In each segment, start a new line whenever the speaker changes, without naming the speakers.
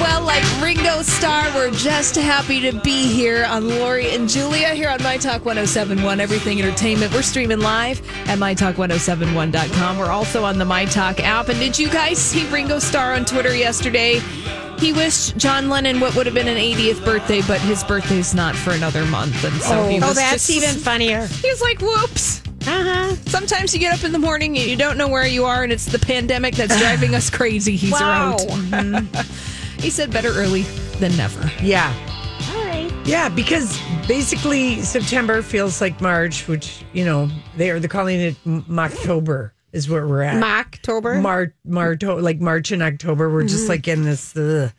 Well, like Ringo Starr, we're just happy to be here on Lori and Julia here on My Talk 1071, Everything Entertainment. We're streaming live at MyTalk1071.com. We're also on the My Talk app. And did you guys see Ringo Starr on Twitter yesterday? He wished John Lennon what would have been an 80th birthday, but his birthday's not for another month. And so he was
Oh, that's
just-
even funnier.
He's like, whoops. Uh-huh.
Uh huh.
Sometimes you get up in the morning and you don't know where you are, and it's the pandemic that's driving us crazy. He's
Wow.
out. he said better early than never.
Yeah.
All right.
Yeah, because basically September feels like March, which, you know, they are, they're calling it M- Mocktober is where we're at.
Mocktober.
Mar- Mar- like March and October. We're
Mm-hmm.
just like in this, ugh.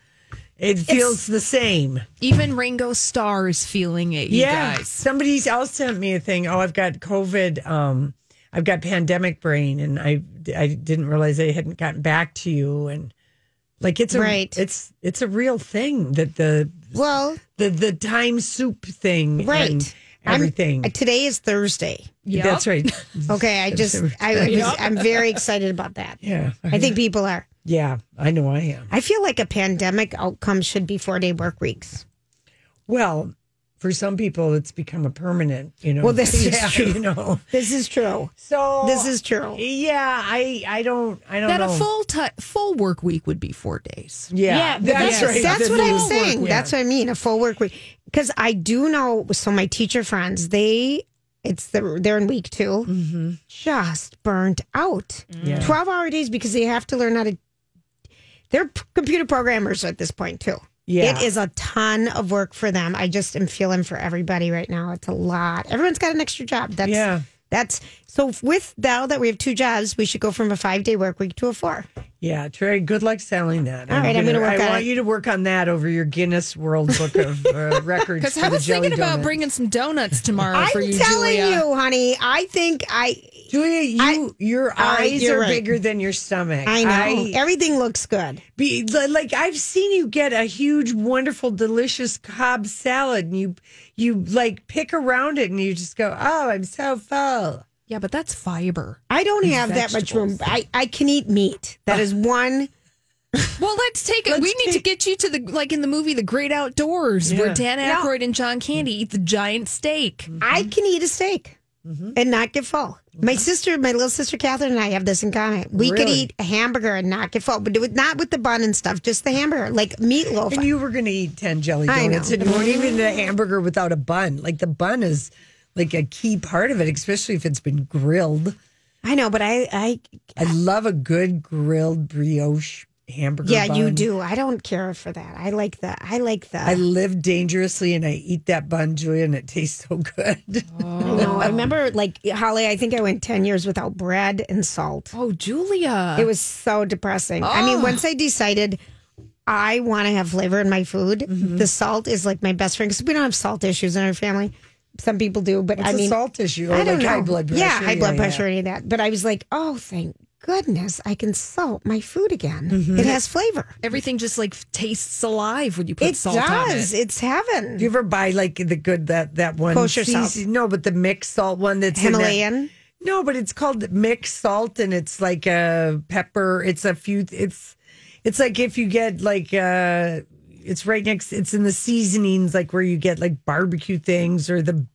it feels the same.
Even Ringo Starr is feeling it, you
Yeah.
guys.
Somebody else sent me a thing. Oh, I've got COVID. Um, I've got pandemic brain, and I I didn't realize I hadn't gotten back to you. And like it's a
Right.
it's it's a real thing that the
well,
the the time soup thing,
right.
And
I'm-
everything.
uh, today is Thursday.
Yep.
That's right.
Okay. I just, I, I was, I'm very excited about that.
Yeah,
I think people are.
Yeah, I know I am.
I feel like a pandemic outcome should be four day work weeks.
Well, for some people, it's become a permanent. You know.
Well, this is
yeah,
true.
You know.
This is true.
So
This is true.
Yeah, I I don't I don't
That
know.
a full ti full work week would be four days.
yeah,
that's, That's
The
what I'm
full work
saying.
week.
That's what I mean. A full work week. Because I do know. So my teacher friends, they it's the, they're in week 2 just burnt out.
Mm-hmm. Yeah.
Twelve hour days because they have to learn how to. They're p- computer programmers at this point too.
Yeah.
It is a ton of work for them. I just am feeling for everybody right now. It's a lot. Everyone's got an extra job. That's
Yeah.
That's so. With now that we have two jobs, we should go from a five day work week to a four.
Yeah, Trey, good luck selling that.
All right, I'm gonna work
I
on
want
it.
you to work on that over your Guinness World Book of uh, Records.
Because
for
I
the
was thinking
jelly
about
donut.
bringing some donuts tomorrow
Oh,
for
I'm
you,
telling
Julia.
you, honey. I think I
Julia, you your
right,
eyes
you're
are
right.
bigger than your stomach.
I know. Everything looks good.
be, like I've seen you get a huge, wonderful, delicious Cobb salad, and you you like pick around it, and you just go, "Oh, I'm so full."
Yeah, but that's fiber.
I don't have that much room. I, I can eat meat. That is one.
Mm-hmm.
Well, let's take it. we need to get you to the like in the movie The Great Outdoors, where
Yeah.
Dan Aykroyd and John Candy eat the giant steak.
I can eat a steak
Mm-hmm.
and not get full. My sister, my little sister Catherine, and I have this in common. We could
Really?
eat a hamburger and not get full, but with, not with the bun and stuff, just the hamburger, like meatloaf.
And you were going to eat ten jelly
I know.
donuts, and you weren't even eat a hamburger without a bun. Like the bun is like a key part of it, especially if it's been grilled.
I know, but I, I
I love a good grilled brioche hamburger.
yeah, you
bun.
do. I don't care for that. I like the, I like the.
I live dangerously and I eat that bun, Julia, and it tastes so good.
I know. I remember, like Holly. I think I went ten years without bread and salt.
Oh, Julia.
It was so depressing. I mean, once I decided I want to have flavor in my food, the salt is like my best friend because we don't have salt issues in our family. Some people do, but
It's
I
a
mean,
salt issue. Or
I don't
like
know.
high blood pressure.
Yeah, high blood pressure, any of that. But I was like, oh, thank goodness I can salt my food again.
Mm-hmm.
It has flavor.
Everything just like tastes alive when you put
it
salt on
does.
it.
It's heaven.
Do you ever buy like the good that that one
Kosher salt.
seas- No, but the mixed salt one that's in that-
Himalayan.
no, but it's called mixed salt, and it's like a pepper. It's a few. It's it's like if you get like uh, it's right next. It's in the seasonings, like where you get like barbecue things or the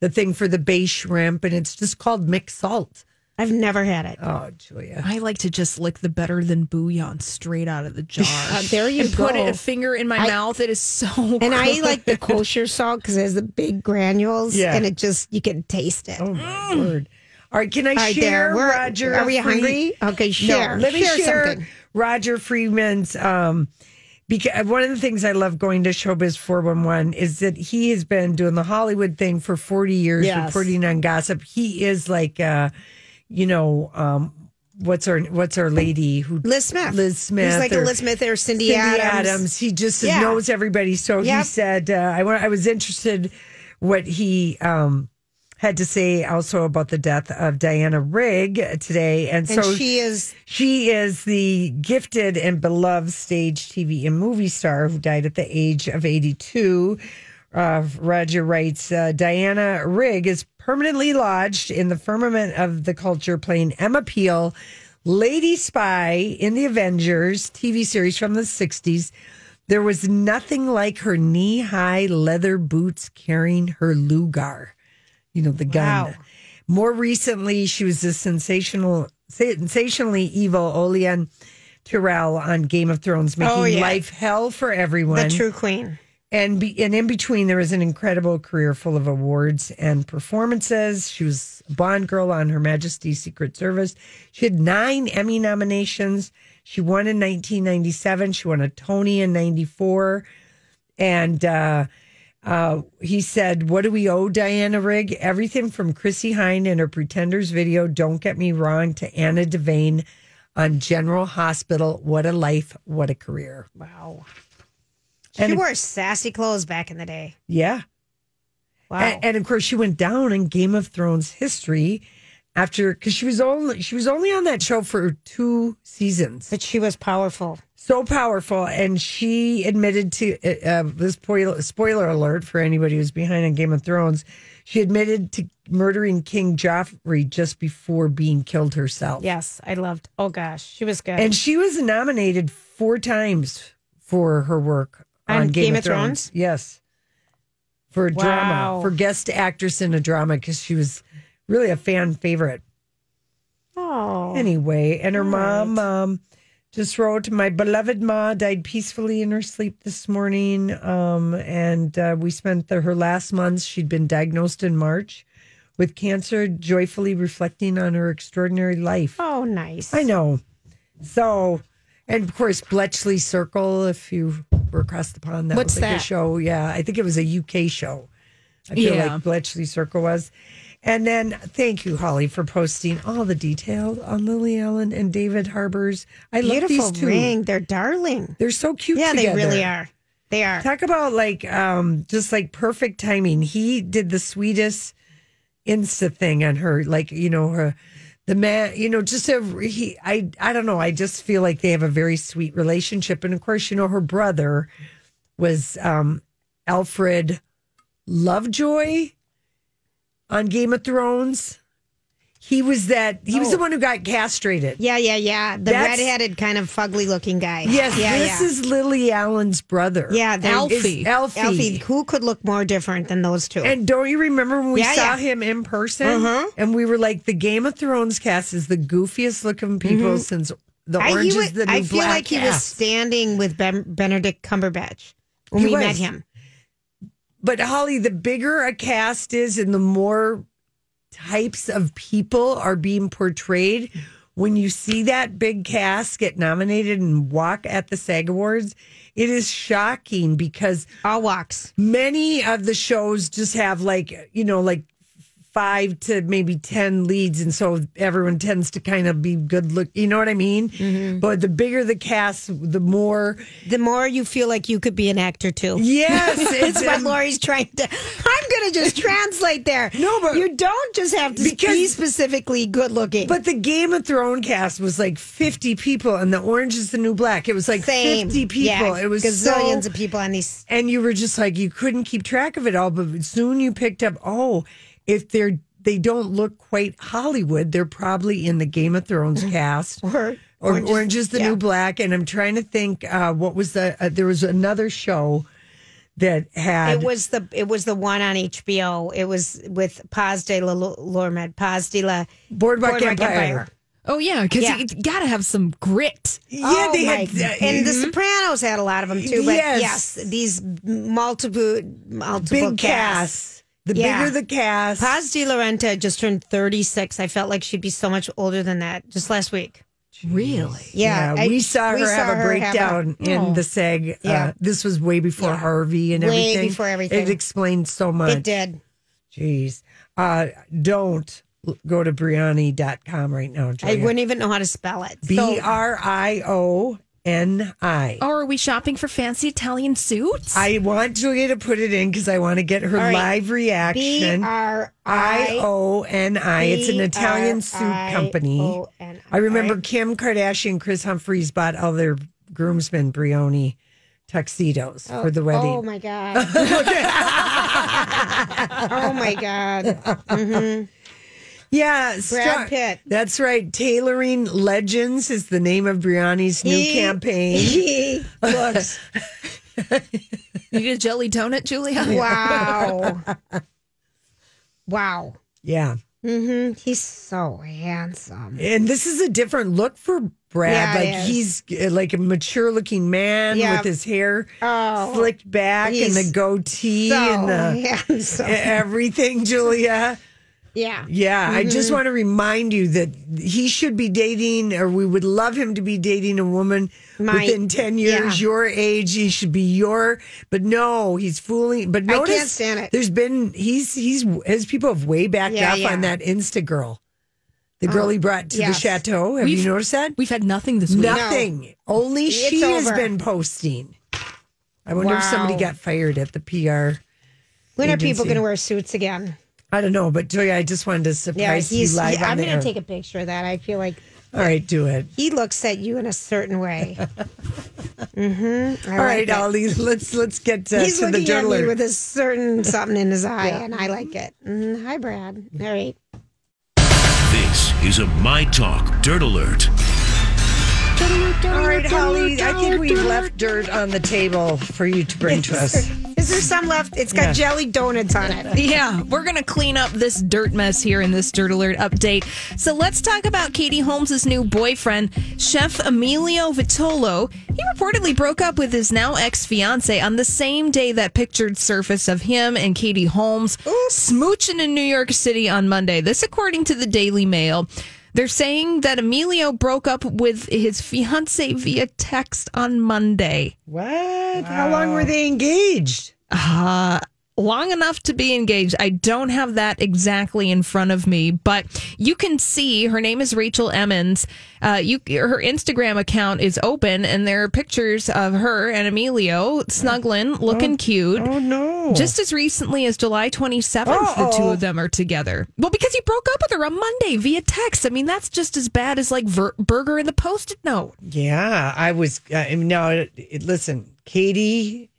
the thing for the bay shrimp, and it's just called mixed salt.
I've never had it.
Oh, Julia.
I like to just lick the better than bouillon straight out of the jar.
Uh, there you
and put
go.
it, a finger in my mouth. It is so.
And I like the kosher salt because it has the big granules
Yeah.
and it just, you can taste it.
Oh, my word. All right, can I
All right,
share
there. We're-
Roger?
Are we
Free-
hungry? Okay, share.
No, let me share,
share, something.
Roger Freeman's. Um, because one of the things I love going to Showbiz 411 is that he has been doing the Hollywood thing for 40 years,
Yes.
reporting on gossip. He is like, uh, you know, um, what's her what's her lady who
Liz Smith.
Liz Smith
He's like
or-
Liz Smith or Cindy,
Cindy Adams.
Adams.
He just
Yeah.
knows everybody. So he
Yep.
said, uh, I, wa- I was interested what he um, had to say also about the death of Diana Rigg today. And,
And
so
she is
she is the gifted and beloved stage, TV, and movie star who died at the age of 82. Uh, Roger writes uh, Diana Rigg is permanently lodged in the firmament of the culture, playing Emma Peel, Lady Spy in the Avengers TV series from the 60s. There was nothing like her knee high leather boots carrying her Lugar, you know, the gun.
Wow.
More recently, she was the sensational, sensationally evil Olean Tyrell on Game of Thrones, making
Oh, yeah.
life hell for everyone.
the true queen.
And be, and in between, there was an incredible career full of awards and performances. She was a Bond girl on Her Majesty's Secret Service. She had nine Emmy nominations. She won in 1997. She won a Tony in '94. And uh, uh, he said, "What do we owe Diana Rigg? Everything from Chrissy Hine in her Pretenders video, Don't Get Me Wrong, to Anna Devane on General Hospital. What a life! What a career! Wow."
She
And-
wore sassy clothes back in the day.
Yeah.
Wow.
A- And, of course, she went down in Game of Thrones history after because she was only she was only on that show for two seasons.
but she was powerful.
So powerful, and she admitted to uh, uh, this spoiler, spoiler alert for anybody who's behind on Game of Thrones. She admitted to murdering King Joffrey just before being killed herself.
Yes, I loved. Oh gosh, she was good.
and she was nominated four times for her work on, Game, of, Thrones. Yes, for a drama,
Wow.
for guest actress in a drama, because she was really a fan favorite.
oh,
Anyway, and her mom um, just wrote, "My beloved ma died peacefully in her sleep this morning, um, and uh, we spent the, her last months. She'd been diagnosed in March with cancer, joyfully reflecting on her extraordinary life."
oh, nice.
I know. So, and of course, Bletchley Circle, if you were across the pond, that
What's
was like a
that?
show. Yeah, I think it was a UK show. I feel
Yeah.
like Bletchley Circle was. And then thank you, Holly, for posting all the detail on Lily Allen and David Harbour's. I love
Beautiful
these two.
ring. They're darling.
They're so cute
Yeah,
together.
they really are. They are.
Talk about like um just like perfect timing. He did the sweetest insta thing on her, like you know her the man, you know, just a he. I I don't know. I just feel like they have a very sweet relationship, and of course, you know, her brother was um Alfred Lovejoy on Game of Thrones. He was that. He was the one who got castrated.
Oh. Yeah, yeah, yeah. The
That's-
redheaded, kind of fugly looking guy.
Yes,
yeah,
this
yeah.
is Lily Allen's brother.
yeah. they're-
Alfie.
Alfie.
Alfie, who could look more different than those two?
And don't you remember when we
Yeah,
saw
yeah.
him in person?
Uh-huh.
And we were like, the Game of Thrones cast is the goofiest looking people since the
Mm-hmm. I,
orange
he
is
was,
the new
I feel
black.
like he was
cast.
standing with ben, Benedict Cumberbatch when
He
we
was.
met him.
But Holly, the bigger a cast is, and the more types of people are being portrayed. When you see that big cast get nominated and walk at the SAG Awards, it is shocking because
All walks.
many of the shows just have like you know like five to maybe ten leads and so everyone tends to kind of be good look you know what i mean
Mm-hmm.
but the bigger the cast the more
The more you feel like you could be an actor too.
yes it's
That's what Lori's trying to. I'm going to just translate there.
No, but-
you don't just have to
Because-
be specifically good looking.
but the game of thrones cast was like 50 people and the orange is the new black it was like
same
50 people
Yeah,
it was
gazillions
so,
of people on these.
and you were just like you couldn't keep track of it all but soon you picked up oh if they're they don't look quite hollywood they're probably in the game of thrones cast
Or,
or
or
Orange,
just-
is the
yeah.
New Black. And I'm trying to think uh, what was the, uh, there was another show that had
It was the it was the one on HBO. It was with Paz de la Lo- Lormed, Paz de la
Boardwalk, Empire.
Oh yeah, because
Yeah.
you gotta have some grit.
Yeah,
Oh,
they
my-
had uh,
and The Sopranos had a lot of them too. But
Yes.
yes, these multiple multiple
big
casts.
cast. The
Yeah.
bigger the cast,
Paz de Lorenta just turned 36. I felt like she'd be so much older than that just last week.
Really?
Yeah. I-
we saw her
we
have a
her have Oh.
breakdown in the SAG. Uh,
Yeah.
this was way before Harvey and
Way
everything.
before everything.
It explained so much.
it did.
Jeez. Uh, don't l- go to Briani.com right now,
I
Julia.
wouldn't even know how to spell it.
Oh, B R I O N I.
Oh, are we shopping for fancy Italian suits?
I want Julia to put it in because I want to get her
right.
live reaction.
B R
I
I
O N I. It's an Italian suit company.
B-R-I-O-N-I.
I remember Kim Kardashian, Chris Humphries bought all their groomsmen Brioni tuxedos for the wedding.
Oh my god. oh my god.
Yeah, Star-
Pitt.
That's right. Tailoring Legends is the name of Briani's new
He-
campaign.
He looks
you need a jelly donut, Julia.
wow. Wow.
Yeah,
hmm He's so handsome.
and this is a different look for
Yeah,
Brad.
it
like he's uh, like a mature looking man
Yeah.
with his hair
Oh.
slicked back and the
He's
goatee
So
and the e-,
handsome.
Eh, everything. Julia.
Yeah.
Yeah, I
Mm-hmm.
just want to remind you that he should be dating, or we would love him to be dating a woman
My-
within 10 years,
yeah.
your age. He should be your, but no, he's fooling. But
I
notice,
can't stand it.
There's been, he's, he's, his people have way backed
Yeah,
up
yeah. Oh,
on that Insta girl, the girl he brought to
yes.
the chateau. Have
We've-
you noticed that?
We've had nothing this week.
Nothing. Only
It's
she has
over.
been posting. I wonder if somebody
Wow.
got fired at the PR.
When are people
Agency.
going to wear suits again?
I don't know, but Julia, I just wanted to
Yeah,
surprise
he's.
you live
he-
on
I'm
the
going
air.
to take a picture of that. I feel like
All right, do it.
he looks at you in a certain way. mm-hmm. I
All
like
right,
it.
Ollie, let's let's get uh,
He's
to the
looking at me
dirdler.
with a certain something in his eye, and I like it. Mm, hi, Brad. All right.
This is a My Talk Dirt Alert.
All right, Holly, I think we've left dirt on the table for you to bring to us.
Is there some left? It's got jelly donuts on it.
Yeah, we're going to clean up this dirt mess here in this Dirt Alert update. So let's talk about Katie Holmes' new boyfriend, Chef Emilio Vitolo. He reportedly broke up with his now ex fiancee on the same day that pictured surfaced of him and Katie Holmes smooching in New York City on Monday. This, according to the Daily Mail. They're saying that Emilio broke up with his fiancee via text on Monday.
What? How long were they engaged?
long enough to be engaged. I don't have that exactly in front of me, but you can see her name is Rachel Emmons. Uh, you, her Instagram account is open, and there are pictures of her and Emilio snuggling, looking cute.
Oh no!
Just as recently as July 27th, the two
Uh-oh.
of them are together. Well, because he broke up with her on Monday via text. I mean, that's just as bad as like ver- Burger and the Post-it note.
yeah, I was. Uh, I mean, now, it, it, listen, Katie,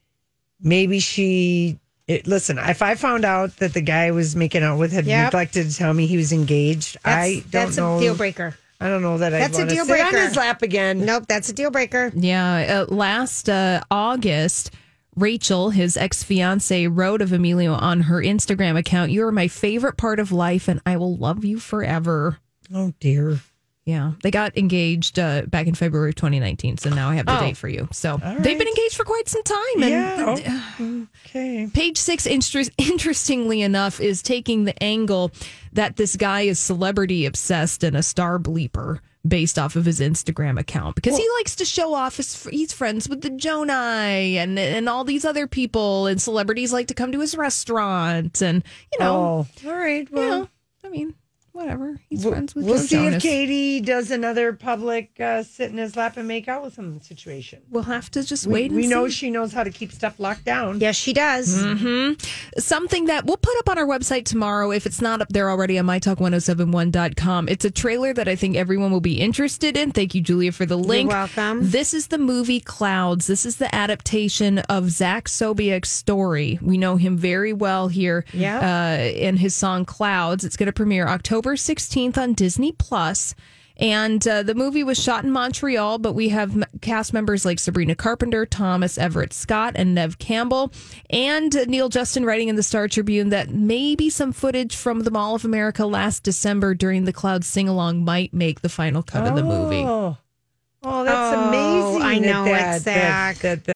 maybe she. It, listen, if I found out that the guy I was making out with had
Yep.
neglected to tell me he was engaged, I
That's,
don't
that's
know.
a deal breaker.
I don't know that
That's
I.
a deal
Sit on
breaker.
his lap again.
Nope, that's a deal breaker.
Yeah, uh, last uh, August, Rachel, his ex fiancee wrote of Emilio on her Instagram account, "You are my favorite part of life, and I will love you forever."
Oh dear.
Yeah, they got engaged uh, back in February of 2019, so now I have the date for you. So they've been engaged for quite some time, and
Yeah. oh, okay.
Page six, interest, interestingly enough, is taking the angle that this guy is celebrity obsessed and a star bleeper based off of his Instagram account because he likes to show off his he's friends with the Jonai and and all these other people and celebrities like to come to his restaurant and you know
Oh, all right.
you
Well,
know, I mean whatever he's friends with
we'll
Joe
see
Jonas.
if Katie does another public uh, sit in his lap and make out with him situation.
we'll have to just
We-
wait and
we know
see.
she knows how to keep stuff locked down.
Yes, she does.
Mm-hmm.
something that we'll put up on our website tomorrow if it's not up there already on mytalk1071.com. It's a trailer that I think everyone will be interested in. Thank you, Julia, for the link.
welcome.
This is the movie Clouds. This is the adaptation of Zach Sobiek's story. We know him very well here
Yeah.
uh, in his song Clouds. It's going to premiere October 16th on Disney Plus, And uh, the movie was shot in Montreal, but we have m- cast members like Sabrina Carpenter, Thomas Everett Scott, and Nev Campbell, and uh, Neil Justin writing in the Star Tribune that maybe some footage from the Mall of America last December during the Cloud sing along might make the final cut of the movie.
Oh, oh that's
Oh,
amazing.
I
that
know,
that,
it's
that,
Zach.
that, that-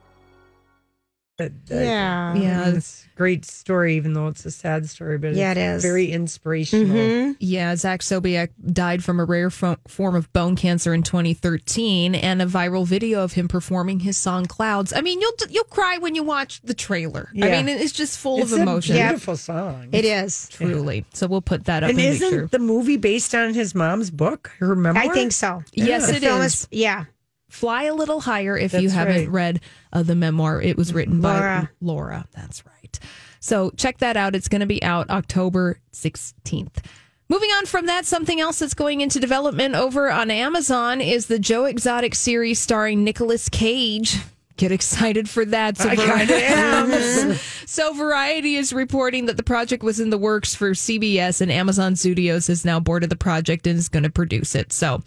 that- that-
Yeah.
Yeah, it's a great story, even though it's a sad story, but
Yeah, it
it's
is. Mm-hmm.
very inspirational.
Yeah, Zach Sobiek died from a rare fo- form of bone cancer in 2013, and a viral video of him performing his song "Clouds." I mean, you'll you'll cry when you watch the trailer. I
Yeah.
mean, it's just full
It's
of
a
emotion.
beautiful song.
It is.
Truly. So we'll put that up.
and
and make
isn't
sure.
the movie based on his mom's book, her memoir?
I think so.
Yes,
The
it
film
is.
yeah.
Fly a little higher if you
That's
haven't
right.
read uh, the memoir. It was written by
Laura.
Laura. That's right. So check that out. It's going to be out October 16th. Moving on from that, something else that's going into development over on Amazon is the Joe Exotic series starring Nicolas Cage. Get excited for that. So
I kind of am.
so Variety is reporting that the project was in the works for CBS and Amazon Studios is now board of the project and is going to produce it. So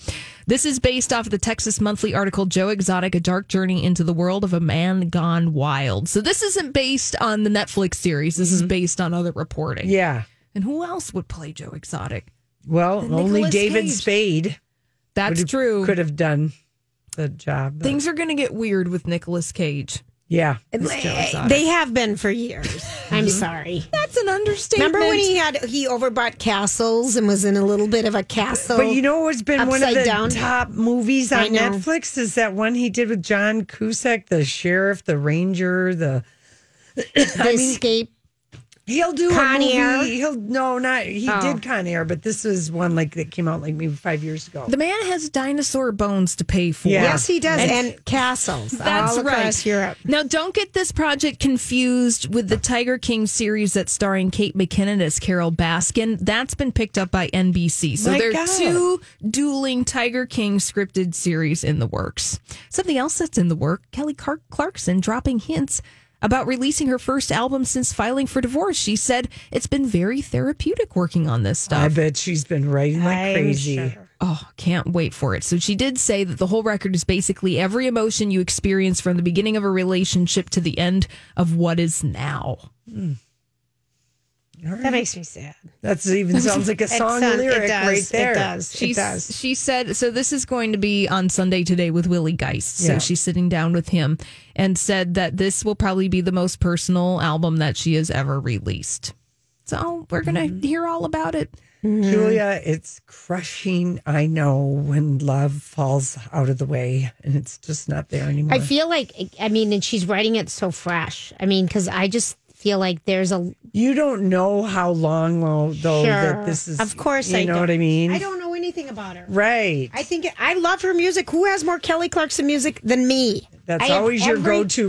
this is based off the Texas Monthly article Joe Exotic: A Dark Journey into the World of a Man Gone Wild. So this isn't based on the Netflix series. This is
Mm-hmm.
based on other reporting.
Yeah.
And who else would play Joe Exotic?
Well,
The
only
Nicolas
David
Cage.
Spade
That's
would've-
true.
could have done the job. but-
Things are going to get weird with Nicolas Cage.
yeah.
They have been for years. I'm sorry.
That's an understatement.
Remember when he had he overbought castles and was in a little bit of a castle?
But you know what's been one of
Upside
the
Down?
top movies
I
on
know.
Netflix is that one he did with John Cusack, the sheriff, the ranger, the
the escape.
he'll do
Con
a movie.
Air?
He'll no, not he
Oh.
did Con Air, but this is one like that came out like maybe five years ago.
the man has dinosaur bones to pay for.
Yeah.
Yes, he does. And, castles all across Europe.
Now, don't get this project confused with the Tiger King series that's starring Kate McKinnon as Carol Baskin. That's been picked up by NBC. So
My
there are
God.
two dueling Tiger King scripted series in the works. Something else that's in the work Kelly Clark- Clarkson dropping hints about releasing her first album since filing for divorce. She said, It's been very therapeutic working on this stuff.
I bet she's been writing like
I'm
crazy.
sure.
Oh, can't wait for it. So she did say that the whole record is basically every emotion you experience from the beginning of a relationship to the end of what is now.
That makes me sad. um,
That's even sounds like a
It
song
sound-
lyric
it does,
right there.
It does.
She
it does.
she said so this is going to be on Sunday today with Willie Geist. So
Yeah.
she's sitting down with him and said that this will probably be the most personal album that she has ever released. So we're going to
Mm-hmm.
hear all about it.
Julia,
Mm-hmm.
it's crushing. I know when love falls out of the way and it's just not there anymore.
I feel like I mean, and she's writing it so fresh. I mean, because I just feel like there's a
you don't know how long though, though
Sure.
that this is.
Of course
you
I
know
don't.
what I mean.
I don't know anything about her.
Right.
I think I love her music. Who has more Kelly Clarkson music than me?
That's
I have
always your
every-
go-to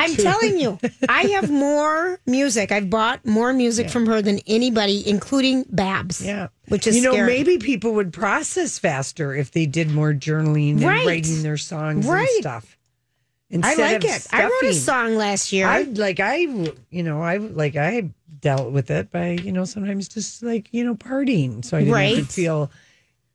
I'm telling you, I have more music. I've bought more music from her than anybody, including Babs.
Yeah.
which is
you know
scary.
maybe people would process faster if they did more journaling
Right.
and writing their songs
Right.
and stuff.
I
Instead
like
of
it. I wrote a
stuffing.
song last year.
I like I you know I like I dealt with it by you know sometimes just like you know partying so I didn't have
Right.
to feel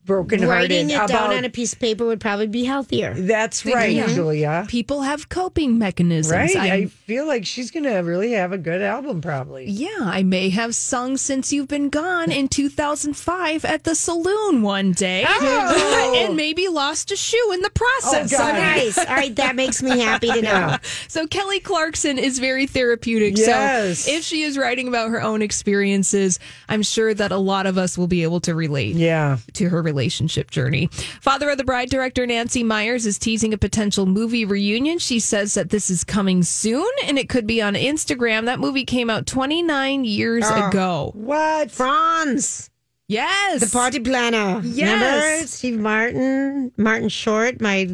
brokenhearted
Writing it down
about
on a piece of paper would probably be healthier.
That's right,
Yeah.
Julia.
People have coping mechanisms.
Right.
I'm-
I feel like she's going to really have a good album, probably.
yeah, I may have sung Since You've Been Gone in 2005 at the saloon one day and maybe lost a shoe in the process.
Oh, God.
Nice. All right, that makes me happy to know.
So Kelly Clarkson is very therapeutic.
Yes.
So if she is writing about her own experiences, I'm sure that a lot of us will be able to relate
Yeah.
to her relationship journey. Father of the Bride director Nancy Myers is teasing a potential movie reunion. She says that this is coming soon and it could be on Instagram. That movie came out 29 years
Oh.
ago.
What?
Franz,
Yes.
the party planner. Remember
Yes.
Steve Martin, Martin Short, my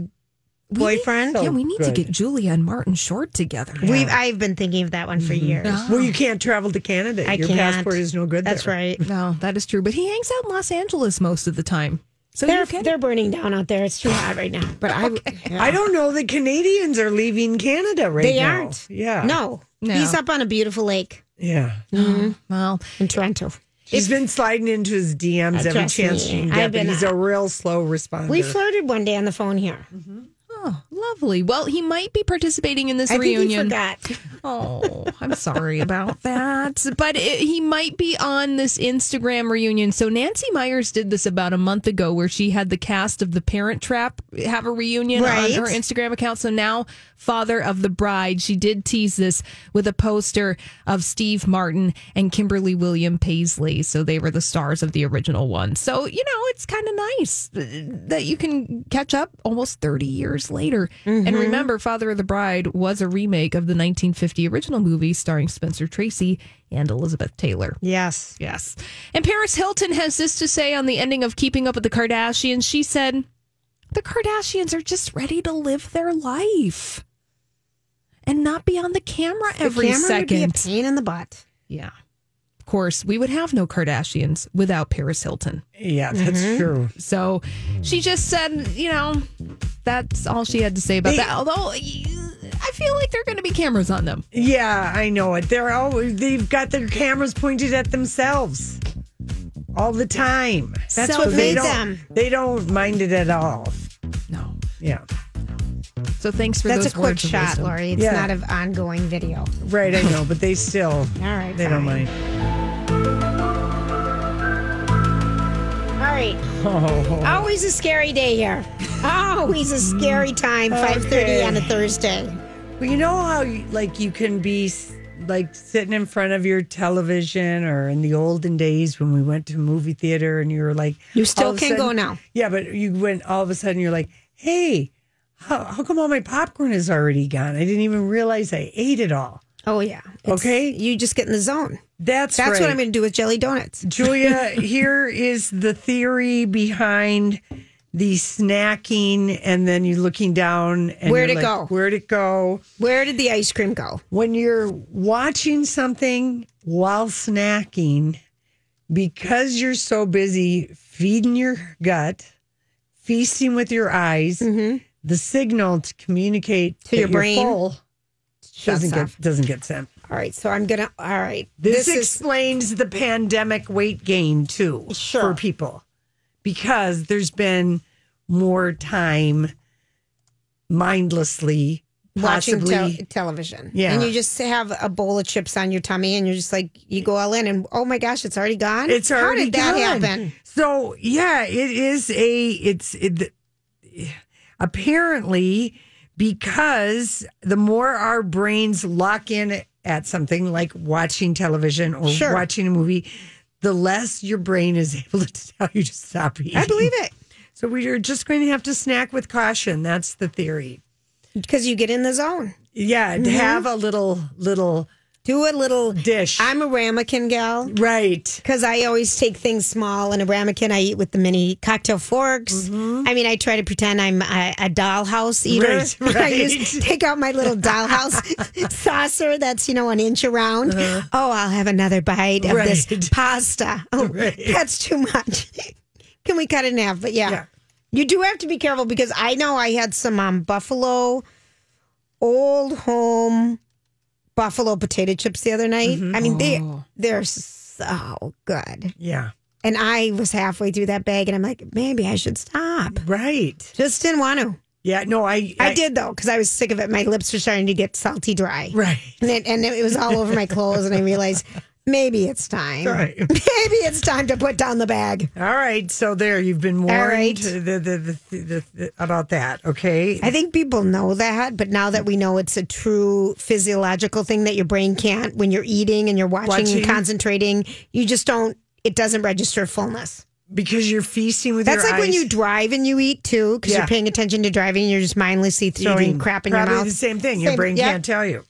We-
boyfriend.
yeah, we need
Good.
to get Julia and Martin Short together.
We've I've been thinking of that one
Mm-hmm.
for years.
Well, you can't travel to Canada.
I
Your
can't.
passport is no good
That's
there.
right.
no, that is true. But he hangs out in Los Angeles most of the time. So
They're
you can
they're burning down out there. It's too hot right now. But I yeah.
I don't know that Canadians are leaving Canada right
They
now.
aren't.
Yeah.
No.
No.
He's up on a beautiful lake
Yeah.
Well,
in Toronto.
He's been sliding into his DMs every
Trust
chance
me,
she can
I've
get, but
been-
he's a real slow responder.
We flirted one day on the phone here.
oh, lovely. Well, he might be participating in this
I think he
reunion.
forgot.
Oh, I'm sorry about that. But it, he might be on this Instagram reunion. So Nancy Myers did this about a month ago where she had the cast of The Parent Trap have a reunion
Right.
on her Instagram account. So now, Father of the Bride, she did tease this with a poster of Steve Martin and Kimberly William Paisley. So they were the stars of the original one. So, you know, it's kind of nice that you can catch up almost 30 years later. And remember, Father of the Bride was a remake of the 1950 original movie starring Spencer Tracy and Elizabeth Taylor.
Yes.
Yes. And Paris Hilton has this to say on the ending of Keeping Up with the Kardashians. She said, The Kardashians are just ready to live their life and not be on the camera every
the camera
second.
would be a pain in the butt.
yeah. Of course, we would have no Kardashians without Paris Hilton.
yeah, that's
Mm-hmm.
true.
So she just said, you know, that's all she had to say about that. Although I feel like there are going to be cameras on them.
Yeah, I know it. They're always they've got their cameras pointed at themselves all the time. That's
So
what they
made
don't.
them.
They don't mind it at all.
No.
Yeah,
So thanks for
That's a
those
quick
words of
shot,
wisdom.
Lori. It's
Yeah.
not an ongoing video.
right. I know, but they still
All right.
they don't
fine.
mind.
All right.
Oh.
Always a scary day here. Always a scary time. Five thirty
Okay.
on a Thursday.
Well, you know how like you can be s- like sitting in front of your television, or in the olden days when we went to movie theater, and you were like,
You
all
still
of a
can go
sudden-
now.
Yeah, but you went all of a sudden. You're like, hey, how, how come all my popcorn is already gone? I didn't even realize I ate it all.
Oh yeah. It's-
Okay.
You just get in the zone.
That's
That's
right.
what I'm going to do with jelly donuts.
Julia, here is the theory behind the snacking, and then you looking down. And
Where'd
you're
it
like,
go?
Where'd it go?
Where did the ice cream go?
When you're watching something while snacking, because you're so busy feeding your gut, feasting with your eyes, the signal to communicate
Mm-hmm. To your
that you're
brain.
full
Shuts
doesn't get
off.
doesn't get sent.
All right. So I'm going to. All right.
This,
is
explains the pandemic weight gain too
Sure.
for people because there's been more time mindlessly
watching
possibly.
tel- television.
Yeah.
And you just have a bowl of chips on your tummy, and you're just like, you go all in, and oh my gosh, it's already gone.
it's already
How did that
gone.
happen?
So yeah, it is a it's it, apparently because the more our brains lock in at something like watching television or
Sure.
watching a movie, the less your brain is able to tell you to stop eating.
I believe it
So we are just going to have to snack with caution. That's the theory.
because you get in the zone.
Yeah, to have a little little
Do Mm-hmm. a little
dish.
I'm a ramekin gal.
right.
Because I always take things small, and a ramekin I eat with the mini cocktail forks. I mean, I try to pretend I'm a, a dollhouse eater.
Mm-hmm. Right, right.
I just take out my little dollhouse saucer that's you know an inch around. Oh, I'll have another bite of this
Uh-huh. Right.
pasta. Oh,
Right.
that's too much. Can we cut it in half? But yeah.
Yeah.
you do have to be careful because I know I had some um, buffalo old home
Mm-hmm. Oh.
buffalo potato chips the other night. I mean, they they're so good.
Yeah.
And I was halfway through that bag and I'm like, maybe I should stop.
Right.
Just didn't want to.
Yeah. No, I.
I did though, because I was sick of it. My lips were starting to get salty dry.
Right.
And it, and it was all over my clothes. And I realized maybe it's time.
Right.
Maybe it's time to put down the bag.
All right. So there, you've been warned
right.
the, the, the, the, the- about that. Okay.
I think people know that, but now that we know it's a true physiological thing that your brain can't, when you're eating and you're watching,
Watching.
and concentrating, you just don't, it doesn't register fullness.
because you're feasting with
That's
your
like when
eyes,
you drive and you eat too, because
Yeah.
you're paying attention to driving and you're just mindlessly throwing
eating.
crap in
Probably
your mouth.
the same thing. Your
Same-
brain
yeah.
can't tell you.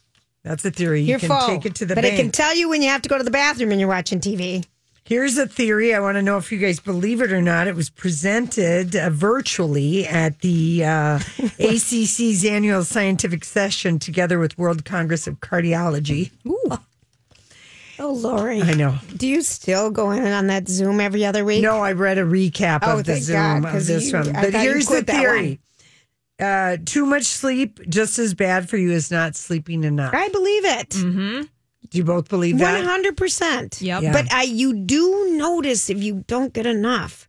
That's a theory. You
You're
can
full.
take it to the
but
bank.
it can tell you when you have to go to the bathroom and you're watching TV.
Here's a theory. I want to know if you guys believe it or not. It was presented uh, virtually at the uh, ACC's annual scientific session together with World Congress of Cardiology.
Oh, Lori.
I know.
Do you still go in on that Zoom every other week?
No, I read a recap
Oh,
of the
thank
Zoom
God,
of
'cause
this
you-
one.
I
But
thought you
here's the
quit that
theory. Uh, too much sleep, just as bad for you as not sleeping enough.
I believe it.
Do you both Mm-hmm. believe
One
that?
hundred percent.
Yep.
Yeah.
But I, you do notice if you don't get enough.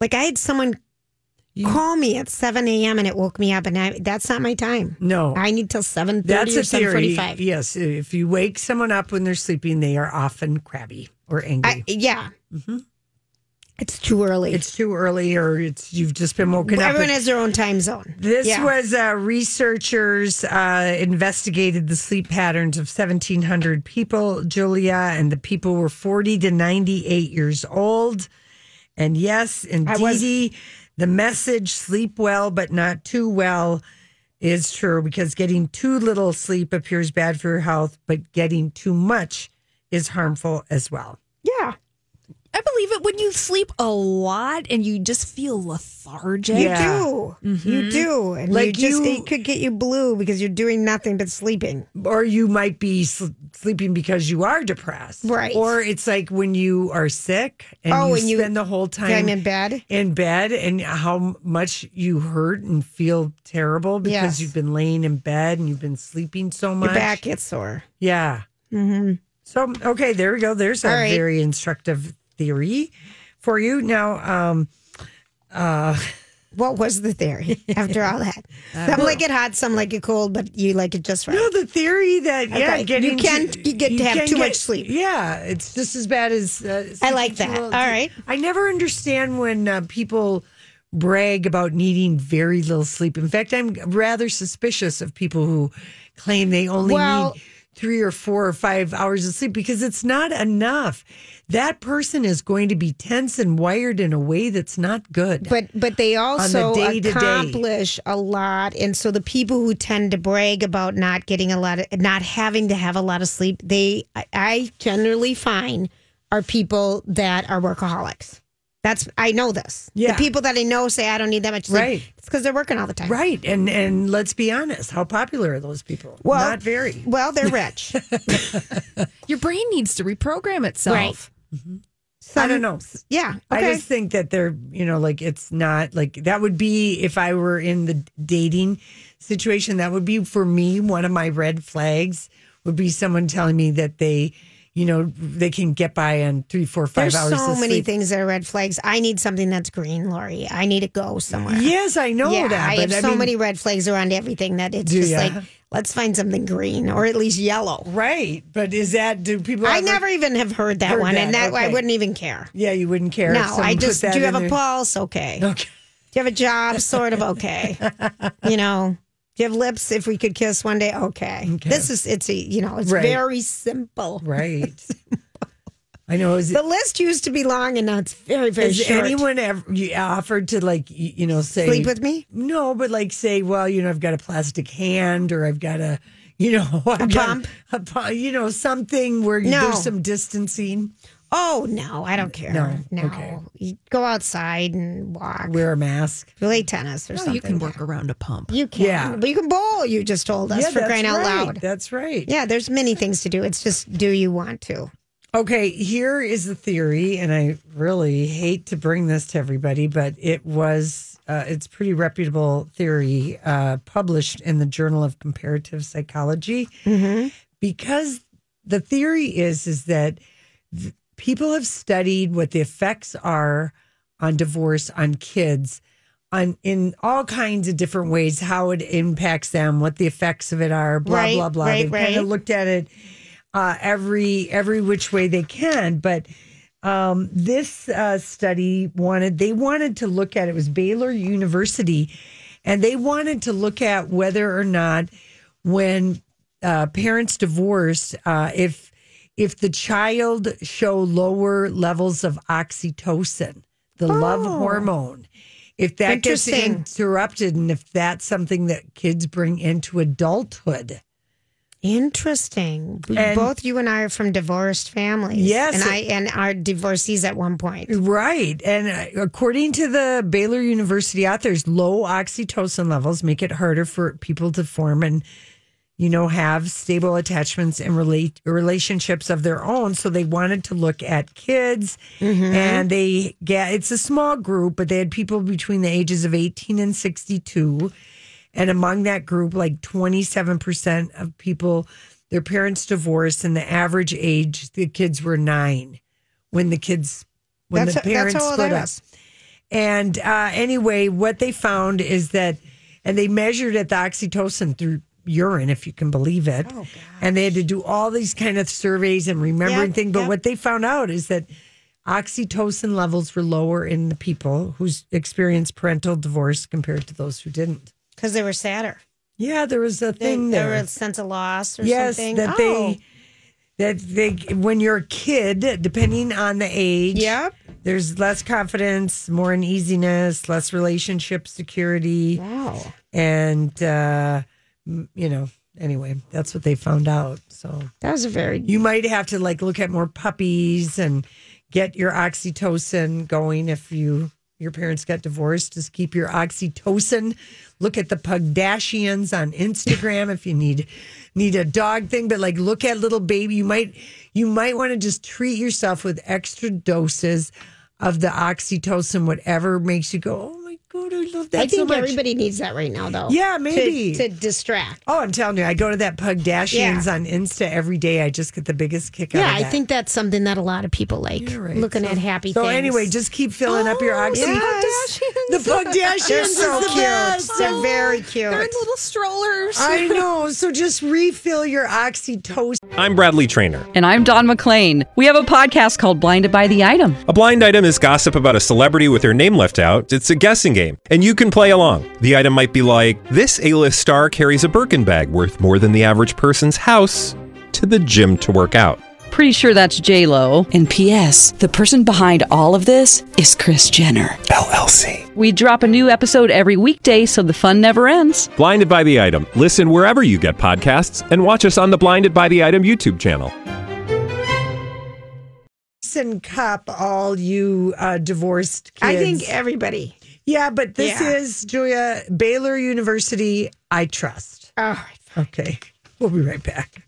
Like I had someone call me at seven a.m. and it woke me up, and I, that's not my time.
No.
I need till seven
Oh. That's
thirty or
a
seven
theory.
forty-five.
Yes. If you wake someone up when they're sleeping, they are often crabby or angry.
I, yeah, it's too early.
Mm-hmm. it's too early or it's you've just been woken up.
Everyone
But
has their own time zone.
this
Yeah.
was uh, researchers uh, investigated the sleep patterns of 1,700 people, Julia, and the people were 40 to 98 years old. And yes,
was-
indeed, the message sleep well, but not too well is true because getting too little sleep appears bad for your health, but getting too much is harmful as well.
Yeah,
I believe it when you sleep a lot and you just feel lethargic.
you
Yeah. Mm-hmm.
do. You do, and
Like
you just
you-
it could get you blue because you're doing nothing but sleeping.
or you might be sl- sleeping because you are depressed.
Right.
Or it's like when you are sick and
Oh,
you
and you-
spend the whole time
Time in bed.
in bed and how m- much you hurt and feel terrible because
Yes.
you've been laying in bed and you've been sleeping so much.
Your back gets sore.
Yeah. Mm-hmm. So, okay, there we go. There's a
All right.
very instructive theory for you. Now, um,
what was the theory after all that? some like it hot, some like it cold, but you like it just right.
Uh, No, the theory that yeah,
Okay.
getting
You can-
too-
you get to have
can
too much sleep.
Yeah, it's just as bad as. Uh,
I like
sleeping
that.
too little.
All right.
I never understand when uh, people brag about needing very little sleep. In fact, I'm rather suspicious of people who claim they only
Well-
need three or four or five hours of sleep because it's not enough. That person is going to be tense and wired in a way that's not good.
but but they also
day-to-day.
accomplish a lot, and so the people who tend to brag about not getting a lot of not having to have a lot of sleep, they I, I generally find are people that are workaholics. That's I know this.
Yeah.
The people that I know say I don't need that much sleep.
Right.
It's because they're working all the time.
Right, and and let's be honest, how popular are those people? not very.
Well, they're rich.
Your brain needs to reprogram itself.
Right.
I don't know.
yeah. Okay.
I just think that they're, you know, like it's not like that would be if I were in the dating situation, that would be for me one of my red flags would be someone telling me that they, you know, they can get by on three, four, five
There's
hours
so
of
many
sleep.
things that are red flags. I need something that's green, Lori. I need to go somewhere.
Yes, I know
Yeah,
that.
I
but
have so
mean,
many red flags around everything that it's
Do
just
ya?
like, let's find something green or at least yellow.
Right. But is that, do people?
I
ever-
never even have heard that
Heard
one, and
that,
that I
okay.
wouldn't even care.
Yeah, you wouldn't care. if
No,
someone
I
put
just
that
do you
in
have a
there.
pulse? Okay. Do
Okay.
you have a job? Sort of okay. you know, do you have lips? If we could kiss one day, okay. This is it's a you know it's
Right.
very simple.
Right. I know. Is it,
The list used to be long, and now it's very very
has
short.
anyone ever you offered to like, y- you know, say,
Sleep with me?
No, but like say, well, you know, I've got a plastic hand, or I've got a, you know, I've got
bump?
a pu- you know, something where
No.
there's some distancing.
Oh no, I don't care.
No,
No,
okay.
You go outside and walk,
Wear a mask.
play tennis or something.
Oh, you can work around a pump.
You can,
Yeah.
but you can bowl. You just told us for
that's
crying out
right.
loud.
That's right.
Yeah, there's many things to do. It's just do you want to?
Okay, here is the theory, and I really hate to bring this to everybody, but it was uh, it's pretty reputable theory uh, published in the Journal of Comparative Mm-hmm. Psychology because the theory is is that th- people have studied what the effects are on divorce on kids on in all kinds of different ways how it impacts them what the effects of it are blah
Right,
blah blah
right,
they've kind
right.
of looked at it uh, every every which way they can but um, this uh, study wanted they wanted to look at it was baylor university and they wanted to look at whether or not when uh, parents divorce uh, if if the child show lower levels of oxytocin the love hormone if that gets
Interesting.
interrupted and if that's something that kids bring into adulthood
Interesting. B-
And-
Both you and I are from divorced families.
Yes. Mm.
and I and are divorcees at one point.
Right. And uh, according to the Baylor University authors, low oxytocin levels make it harder for people to form and, you know, have stable attachments and relate relationships of their own. So they wanted to look at kids and they get it's a small group, but they had people between the ages of 18 and 62. And among that group, like 27% of people, their parents divorced, and the average age, the kids were nine when the kids, when
That's-
the
that's
parents
how old
split
I
up.
was.
And uh, anyway, what they found is that, and they measured at the oxytocin through urine, if you can believe it.
Oh,
and they had to do all these kind of surveys and remembering
Yep,
things. But
yep.
what they found out is that oxytocin levels were lower in the people who experienced parental divorce compared to those who didn't.
because they were sadder.
Yeah, there was a
They,
thing
they
there.
were a sense of loss or
yes,
something.
that
oh.
they that they when you're a kid, depending on the age,
Yep.
there's less confidence, more uneasiness, less relationship security, Oh.
Wow.
and uh, m- you know. Anyway, that's what they found out. So
That was a very
you might have to like look at more puppies and get your oxytocin going if you your parents got divorced just keep your oxytocin look at the pugdashians on instagram if you need need a dog thing but like look at little baby you might you might want to just treat yourself with extra doses of the oxytocin whatever makes you go oh my god i love that
I think
so much
everybody needs that right now, though.
Yeah,
To-
maybe.
to, distract.
oh i'm telling you i go to that pugdashians
Yeah.
on insta every day i just get the biggest kick out
Yeah,
of
I
that.
think that's something that a lot of people like
You're right.
looking
So-
at happy
so
things.
anyway, just keep filling up your oxy.
yes.
The Pugdashians
They're
is
so
the
cute.
best.
Oh, They're very cute.
They're in little strollers.
I know. So just refill your oxytocin.
I'm Bradley Trainer.
And I'm Don McClain. We have a podcast called Blinded by the Item.
A blind item is gossip about a celebrity with their name left out. It's a guessing game, and you can play along. The item might be like this: A-list star carries a Birkin bag worth more than the average person's house to the gym to work out.
Pretty sure that's J Lo. And P.S. The person behind all of this is Chris Jenner.
LLC.
We drop a new episode every weekday, so the fun never ends.
Blinded by the item. Listen wherever you get podcasts, and watch us on the Blinded by the Item YouTube channel.
cup all you uh, divorced kids.
I think everybody.
e- Yeah, but this
Yeah.
is Julia Baylor University. I trust.
All right.
Okay, we'll be right back.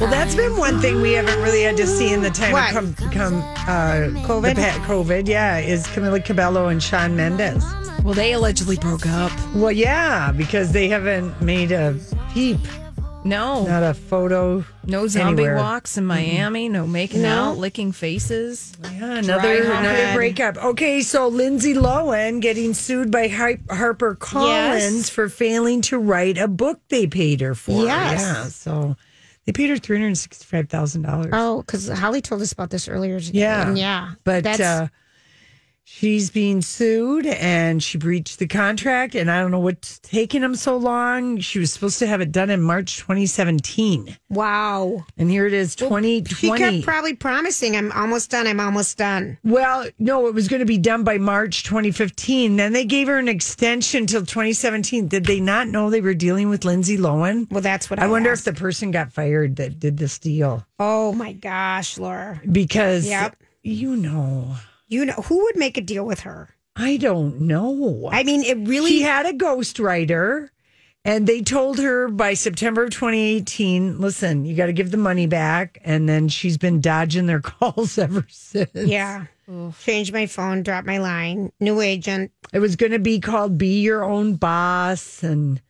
Well, that's been one thing we haven't really had to see in the time
What?
of come, come uh, COVID. COVID, yeah, is Camila Cabello and Sean Mendes.
Well, they allegedly broke up.
Well, yeah, because they haven't made a peep,
No,
not a photo.
no zombie
anywhere.
walks in Miami. No making out, licking faces.
Yeah,
Dry
another another
hump.
breakup. Okay, so Lindsay Lohan getting sued by Hi- Harper Collins
Yes.
for failing to write a book they paid her for.
Yes.
Yeah, so they paid her three hundred sixty five thousand dollars.
Oh, because Holly told us about this earlier today.
Yeah.
and yeah.
But
that's
uh, she's being sued, and she breached the contract. And I don't know what's taking them so long. She was supposed to have it done in March twenty seventeen,
wow.
and here it is twenty
She
twenty.
kept probably promising, "I'm almost done. I'm almost done."
Well, no, it was going to be done by March 2015. Then they gave her an extension till 2017. Did they not know they were dealing with Lindsay Lohan?
Well, that's what I,
I wonder
asked.
if the person got fired that did this deal
Oh my gosh, Laura!
because
Yep.
you know,
You know who would make a deal with her?
I don't know.
I mean, it really.
she had a ghostwriter and they told her by September of 2018, listen, you got to give the money back and then she's been dodging their calls ever since.
yeah. Change my phone. Drop my line. New agent.
It was going to be called Be Your Own Boss and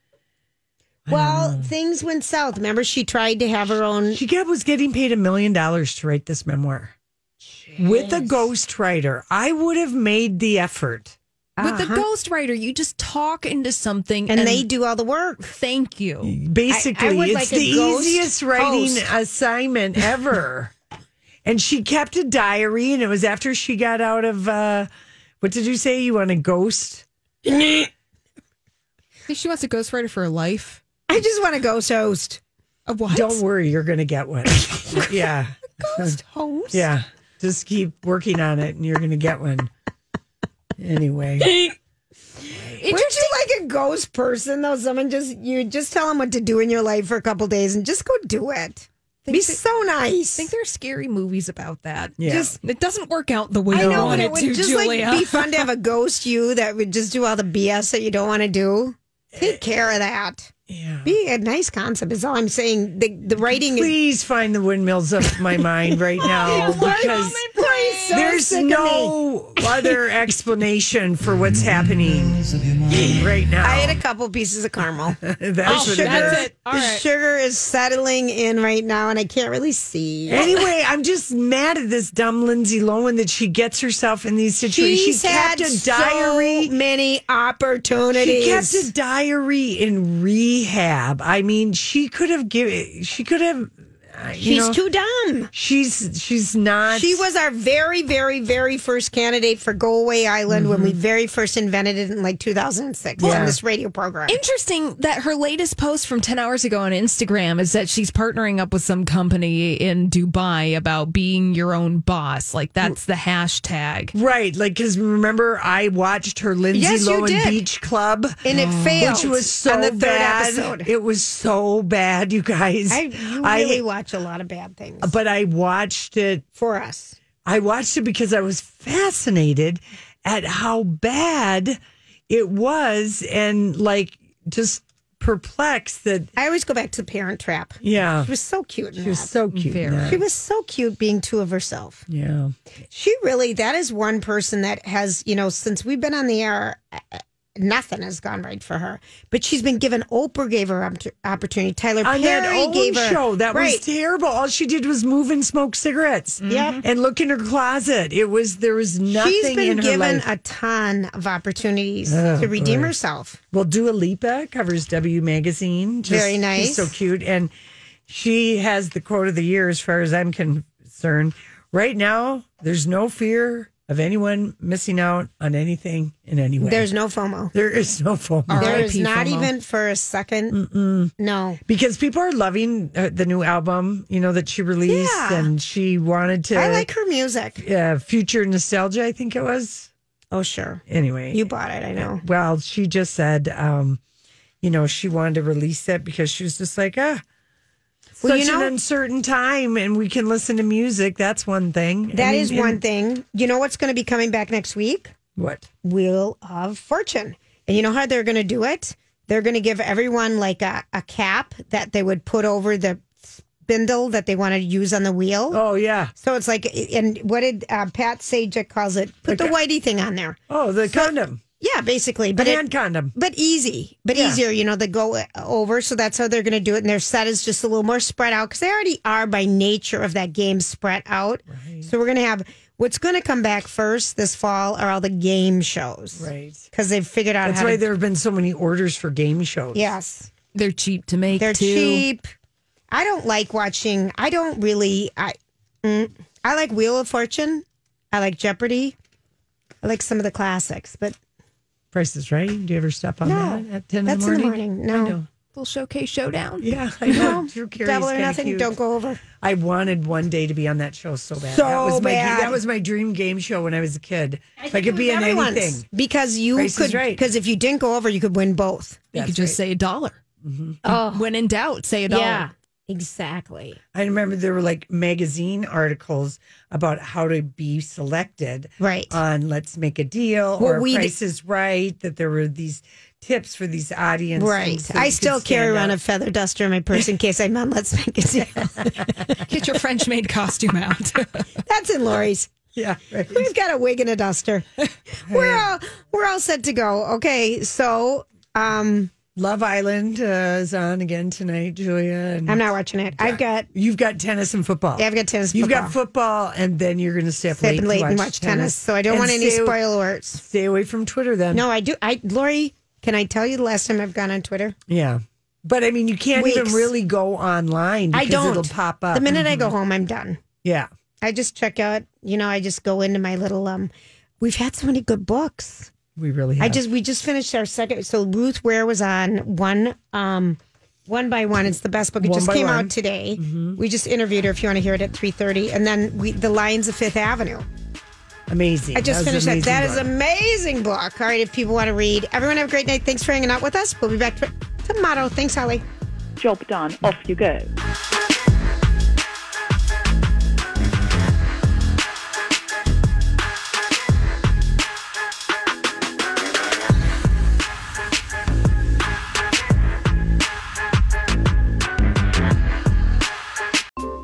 Well, things went south. Remember, she tried to have her own.
She kept- was getting paid a million dollars to write this memoir. with a ghostwriter, I would have made the effort.
With the ghostwriter, you just talk into something
Uh-huh. And they do all the work.
Thank you.
Basically,
I- I would
it's
like
the
a ghost
easiest writing
host.
assignment ever. and she kept a diary, and it was after she got out of uh, what did you say? You want a ghost?
I think she wants a ghostwriter for her life.
I just want a ghost host.
A what?
Don't worry, you're going to get one. yeah.
Ghost host?
Yeah. Just keep working on it and you're going to get one. Anyway,
Weren't you like a ghost person though? Someone just you just tell them what to do in your life for a couple days and just go do it. Be
that-
so nice.
I think there are scary movies about that.
Yeah.
Just it doesn't work out the way
I
you
know, but
want
it
it
would
to,
just
Julia.
like be fun to have a ghost you that would just do all the BS that you don't want to do. Take care of that.
yeah.
Be a nice concept is all I'm saying. The the writing is
Please find the windmills of my mind right now because
so
there's
sick of
no other explanation for what's happening right now.
I had a couple pieces of caramel.
Oh, That's what it is.
Sugar- the sugar is settling in right now, and I can't really see.
Anyway, I'm just mad at this dumb Lindsay Lohan that she gets herself in these situations.
She's
She
had
kept a diary.
so many opportunities.
She kept a diary in rehab. I mean, she could have given. She could have. uh, you
She's
know,
too dumb.
She's she's not.
She was our very, very, very first candidate for Go Away Island when we
Mm-hmm.
very first invented it in like 2006 on this radio program.
Interesting that her latest post from 10 hours ago on Instagram is that she's partnering up with some company in Dubai about being your own boss. Like, that's the hashtag.
right. Like, because remember, I watched her Lindsay
Yes, you
Lohan
did.
Beach Club,
and it failed.
which was so
on the third
bad.
episode.
It was so bad, you guys.
I you really watch a lot of bad things
Uh, but I watched it
for us.
I watched it because I was fascinated at how bad it was and like just perplexed that
I always go back to Parent Trap.
yeah.
She was so cute. in
She was
that.
so cute. in that.
She was so cute being two of herself.
Yeah.
She really, that is one person that has, you know, since we've been on the air, uh, uh, nothing has gone right for her. But she's been given, Oprah gave her opt- opportunity. Tyler
On that
Perry
old
gave her.
show, that
right.
was terrible. All she did was move and smoke cigarettes.
Yep.
And look in her closet. It was there was nothing
She's been
in her
given
life.
a ton of opportunities
Oh,
to redeem
boy.
herself.
Well, Dua Lipa covers W magazine.
Very nice.
she's so cute, and she has the quote of the year, as far as I'm concerned. Right now, there's no fear of anyone missing out on anything in any way.
There's no FOMO.
there is no FOMO
There
RIP
is not
FOMO.
even for a 2nd No.
because people are loving uh, the new album, you know that she released,
Yeah.
and she wanted to.
I like her music.
uh, future nostalgia. I think it was
Oh, sure.
anyway.
You bought it, I know.
well, she just said, um, you know, she wanted to release it because she was just like, ah, such
Well, you know-
an uncertain time, and we can listen to music. That's one thing.
That is one
thing.
thing. You know what's going to be coming back next week?
What?
Wheel of Fortune. And you know how they're going to do it? They're going to give everyone like a, a cap that they would put over the spindle that they want to use on the wheel.
Oh yeah.
So it's like, and what did uh, Pat Sajak calls it? Put the whitey thing on there.
Oh, the condom,
Yeah, basically. But it-
hand condom.
but easy, but easier, you know, they go uh, over. So that's how they're going to do it. And their set is just a little more spread out because they already are by nature of that game spread out. So we're going to have what's going to come back first this fall are all the game shows.
Right.
Because they've figured out
That's
how
why
to.
there have been so many orders for game shows.
yes.
They're cheap to make,
They're
too.
cheap. I don't like watching. I don't really. I mm, I like Wheel of Fortune. I like Jeopardy. I like some of the classics, but
Price is right. Do you ever stop on
No.
that at ten
that's
in the morning?
No,
Little showcase showdown.
Yeah, I know. Drew Carey's
double or
kinda
nothing.
cute.
Don't go over.
I wanted one day to be on that show so bad.
So
that was my,
bad.
That was my dream game show when I was a kid. I, could
It
be
was
in
everyone's,
anything.
because you
Price is
could
right.
because if you didn't go over, you could win both.
You could just say a dollar.
Mm-hmm.
When in doubt, say a dollar.
exactly.
I remember there were like magazine articles about how to be selected
Right.
on Let's Make a Deal
Well,
or
we'd-
Price is Right. That there were these tips for these audiences.
Right.
so you
I
could
still
stand
carry around
out.
a feather duster in my purse in case I'm on Let's Make a Deal.
Get your French maid costume out.
That's in Lori's.
yeah. Right.
We've got a wig and a duster. We're all we're all set to go. Okay, so um
Love Island uh, is on again tonight, Julia. And
I'm not watching it. I've got
You've got tennis and football.
Yeah, I've got tennis and
You've got football, and then you're going to stay up
Stay up
late, to
late and watch tennis, so I don't
And
want any
stay-
spoil alerts.
Stay away from Twitter then.
no, I do. I Lori, can I tell you the last time I've gone on Twitter?
Yeah. But I mean, you can't even
Weeks.
really go online because
I don't.
it'll pop up. Mm-hmm.
The minute I go home, I'm done.
Yeah.
I just check out. You know, I just go into my little. um We've had so many good books.
We really
I
have.
just we just finished our second. So Ruth Ware was on one, um, one by one. It's the best book. It
One
just
by
came
One. Mm-hmm.
out today. We just interviewed her. If you want to hear it at three thirty, and then we the Lions of Fifth Avenue.
Amazing.
I just
That was
finished that. That is
amazing book.
amazing book. All right, if people want to read, everyone have a great night. Thanks for hanging out with us. We'll be back t- tomorrow. Thanks, Holly.
Job done. Off you go.